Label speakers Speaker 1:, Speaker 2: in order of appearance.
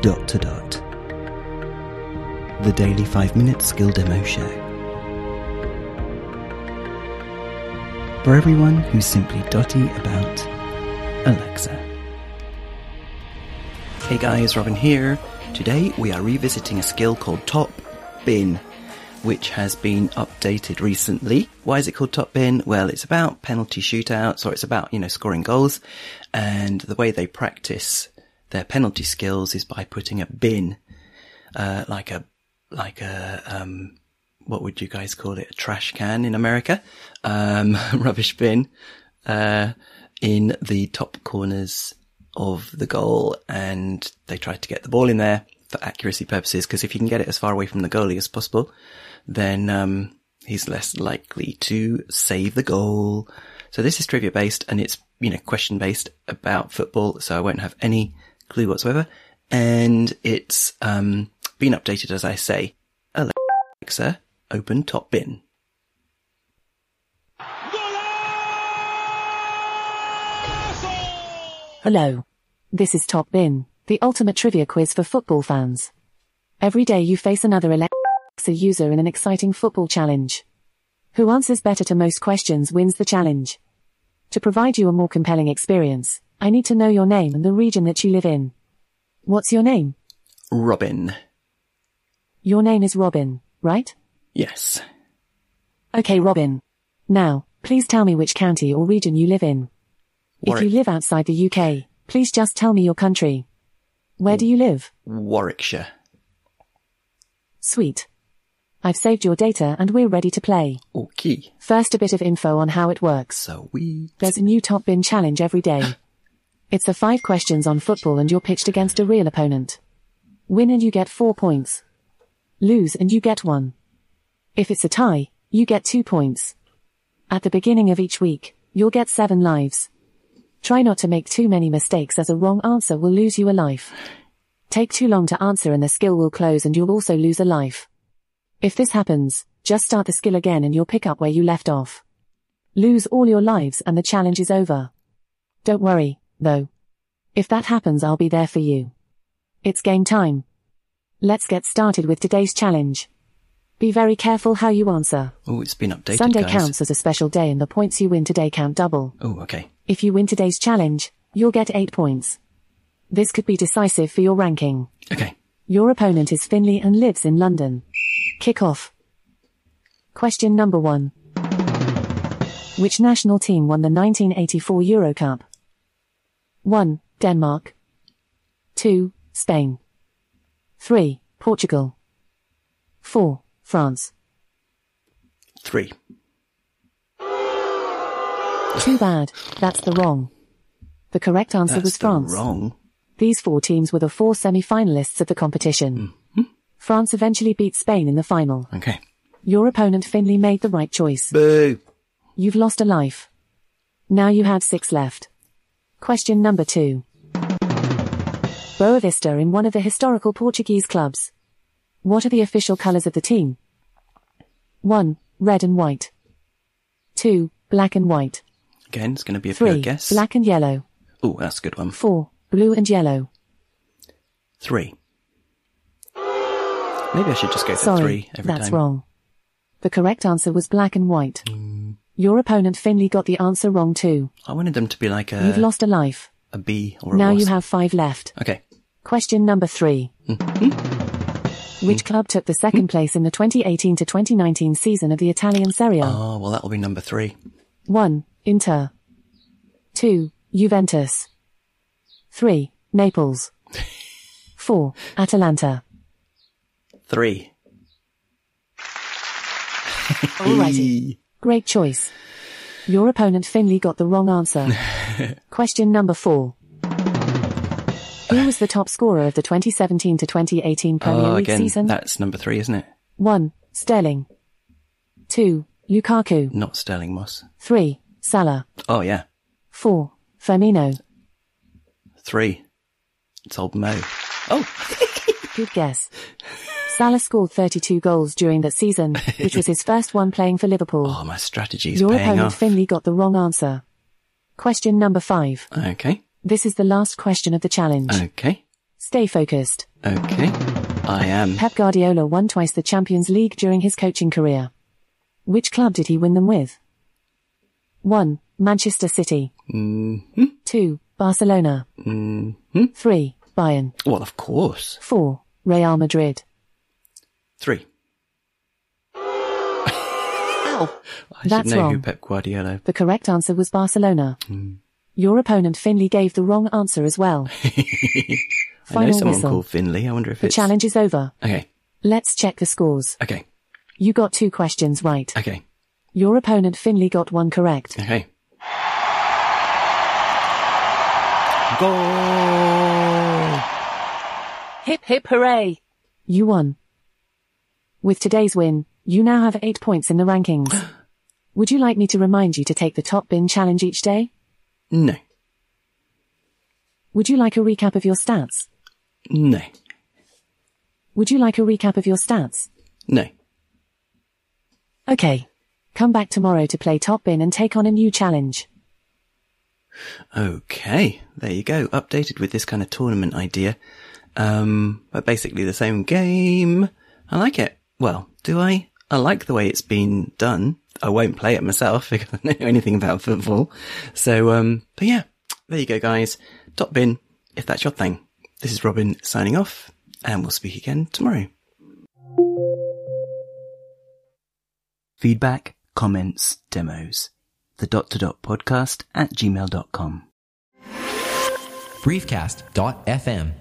Speaker 1: dot to dot. The Daily 5 Minute Skill Demo Show. For everyone who's simply dotty about Alexa. Hey guys, Robin here. Today we are revisiting a skill called Top Bin, which has been updated recently. Why is it called Top Bin? Well, it's about penalty shootouts or it's about, you know, scoring goals. And the way they practice their penalty skills is by putting a bin, uh, like a, like a, um, what would you guys call it? A trash can in America, um, rubbish bin, uh, in the top corners of the goal and they try to get the ball in there for accuracy purposes. Cause if you can get it as far away from the goalie as possible, then, um, he's less likely to save the goal. So this is trivia based and it's, you know, question based about football. So I won't have any clue whatsoever. And it's, um, been updated as I say. Alexa, open top bin.
Speaker 2: Hello. This is Top Bin, the ultimate trivia quiz for football fans. Every day you face another Alexa user in an exciting football challenge. Who answers better to most questions wins the challenge. To provide you a more compelling experience, I need to know your name and the region that you live in. What's your name?
Speaker 1: Robin.
Speaker 2: Your name is Robin, right?
Speaker 1: Yes.
Speaker 2: Okay, Robin. Now, please tell me which county or region you live in. If
Speaker 1: Warwick,
Speaker 2: you live outside the UK, please just tell me your country. Where do you live?
Speaker 1: Warwickshire.
Speaker 2: Sweet. I've saved your data and we're ready to play.
Speaker 1: Okay.
Speaker 2: First, a bit of info on how it works.
Speaker 1: So we
Speaker 2: There's a new top bin challenge every day. It's a five questions on football and you're pitched against a real opponent. Win and you get four points. Lose and you get one. If it's a tie, you get two points. At the beginning of each week, you'll get seven lives. Try not to make too many mistakes as a wrong answer will lose you a life. Take too long to answer and the skill will close and you'll also lose a life. If this happens, just start the skill again and you'll pick up where you left off. Lose all your lives and the challenge is over. Don't worry, though. If that happens, I'll be there for you. It's game time. Let's get started with today's challenge. Be very careful how you answer.
Speaker 1: Oh, it's been updated,
Speaker 2: Sunday
Speaker 1: guys.
Speaker 2: counts as a special day and the points you win today count double.
Speaker 1: Oh, okay.
Speaker 2: If you win today's challenge, you'll get 8 points. This could be decisive for your ranking.
Speaker 1: Okay.
Speaker 2: Your opponent is Finley and lives in London. Kick off. Question number one. Which national team won the 1984 Euro Cup? 1. Denmark. 2. Spain. 3. Portugal. 4. France.
Speaker 1: Three.
Speaker 2: Too bad, that's the wrong. The correct answer
Speaker 1: That's
Speaker 2: was
Speaker 1: the
Speaker 2: France.
Speaker 1: wrong.
Speaker 2: These four teams were the four semi-finalists of the competition.
Speaker 1: Mm-hmm.
Speaker 2: France eventually beat Spain in the final.
Speaker 1: Okay.
Speaker 2: Your opponent Finley made the right choice.
Speaker 1: Boo.
Speaker 2: You've lost a life. Now you have six left. Question number two. Boa Vista in one of the historical Portuguese clubs. What are the official colors of the team? 1. Red and white. 2. Black and white.
Speaker 1: Again, it's going to be a pure
Speaker 2: 3.
Speaker 1: guess.
Speaker 2: Black and yellow.
Speaker 1: Oh, that's a good one.
Speaker 2: 4. Blue and yellow.
Speaker 1: Three. Maybe I should just go for
Speaker 2: Sorry,
Speaker 1: three every
Speaker 2: that's
Speaker 1: time.
Speaker 2: wrong. The correct answer was black and white.
Speaker 1: Mm.
Speaker 2: Your opponent Finley got the answer wrong too.
Speaker 1: I wanted them to be like
Speaker 2: You've
Speaker 1: a
Speaker 2: lost a life.
Speaker 1: a bee or a
Speaker 2: Now you
Speaker 1: wasp.
Speaker 2: have five left.
Speaker 1: Okay.
Speaker 2: Question number 3
Speaker 1: Mm-hmm.
Speaker 2: Which club took the second place in the 2018 to 2019 season of the Italian Serie A?
Speaker 1: Oh well, that'll be number three.
Speaker 2: 1. Inter. 2. Juventus. 3. Naples. 4. Atalanta.
Speaker 1: Three. E.
Speaker 2: Alrighty. Great choice. Your opponent Finley got the wrong answer. Question number 4. Who was the top scorer of the 2017 to 2018 Premier
Speaker 1: Oh,
Speaker 2: League
Speaker 1: again,
Speaker 2: season?
Speaker 1: that's number three, isn't it?
Speaker 2: 1. Sterling. 2. Lukaku.
Speaker 1: Not Sterling Moss.
Speaker 2: 3. Salah.
Speaker 1: Oh yeah,
Speaker 2: 4. Firmino.
Speaker 1: three. It's old Mo. Oh,
Speaker 2: Good guess. Salah scored 32 goals during that season, which was his first one playing for Liverpool.
Speaker 1: oh, my strategy's
Speaker 2: Your
Speaker 1: paying
Speaker 2: opponent
Speaker 1: off.
Speaker 2: Finley got the wrong answer. Question number 5.
Speaker 1: Okay. Oh.
Speaker 2: This is the last question of the challenge.
Speaker 1: Okay.
Speaker 2: Stay focused.
Speaker 1: Okay. I am.
Speaker 2: Pep Guardiola won twice the Champions League during his coaching career. Which club did he win them with? 1. Manchester City.
Speaker 1: mm-hmm,
Speaker 2: 2. Barcelona. 3. Bayern.
Speaker 1: Well, of course.
Speaker 2: 4. Real Madrid.
Speaker 1: Three.
Speaker 2: Ow.
Speaker 1: I
Speaker 2: That's
Speaker 1: should know who
Speaker 2: wrong.
Speaker 1: Pep Guardiola.
Speaker 2: The correct answer was Barcelona. Your opponent Finley gave the wrong answer as well.
Speaker 1: I know
Speaker 2: Final
Speaker 1: someone
Speaker 2: whistle.
Speaker 1: called Finley. I wonder if
Speaker 2: The
Speaker 1: it's
Speaker 2: challenge is over.
Speaker 1: Okay.
Speaker 2: Let's check the scores.
Speaker 1: Okay.
Speaker 2: You got two questions right.
Speaker 1: Okay.
Speaker 2: Your opponent Finley got one correct.
Speaker 1: Okay. Goal.
Speaker 2: Hip hip hooray! You won. With today's win, you now have eight points in the rankings. Would you like me to remind you to take the top bin challenge each day?
Speaker 1: No.
Speaker 2: Would you like a recap of your stats?
Speaker 1: No.
Speaker 2: Would you like a recap of your stats?
Speaker 1: No.
Speaker 2: Okay. Come back tomorrow to play top bin and take on a new challenge.
Speaker 1: Okay, there you go. Updated with this kind of tournament idea. Um, but basically the same game. I like it. Well, do I? I like the way it's been done. I won't play it myself because I don't know anything about football. So, um, but yeah, there you go, guys. Top bin, if that's your thing. This is Robin signing off, and we'll speak again tomorrow. Feedback, comments, demos. The dot to dot podcast at gmail.com.
Speaker 3: briefcast.fm.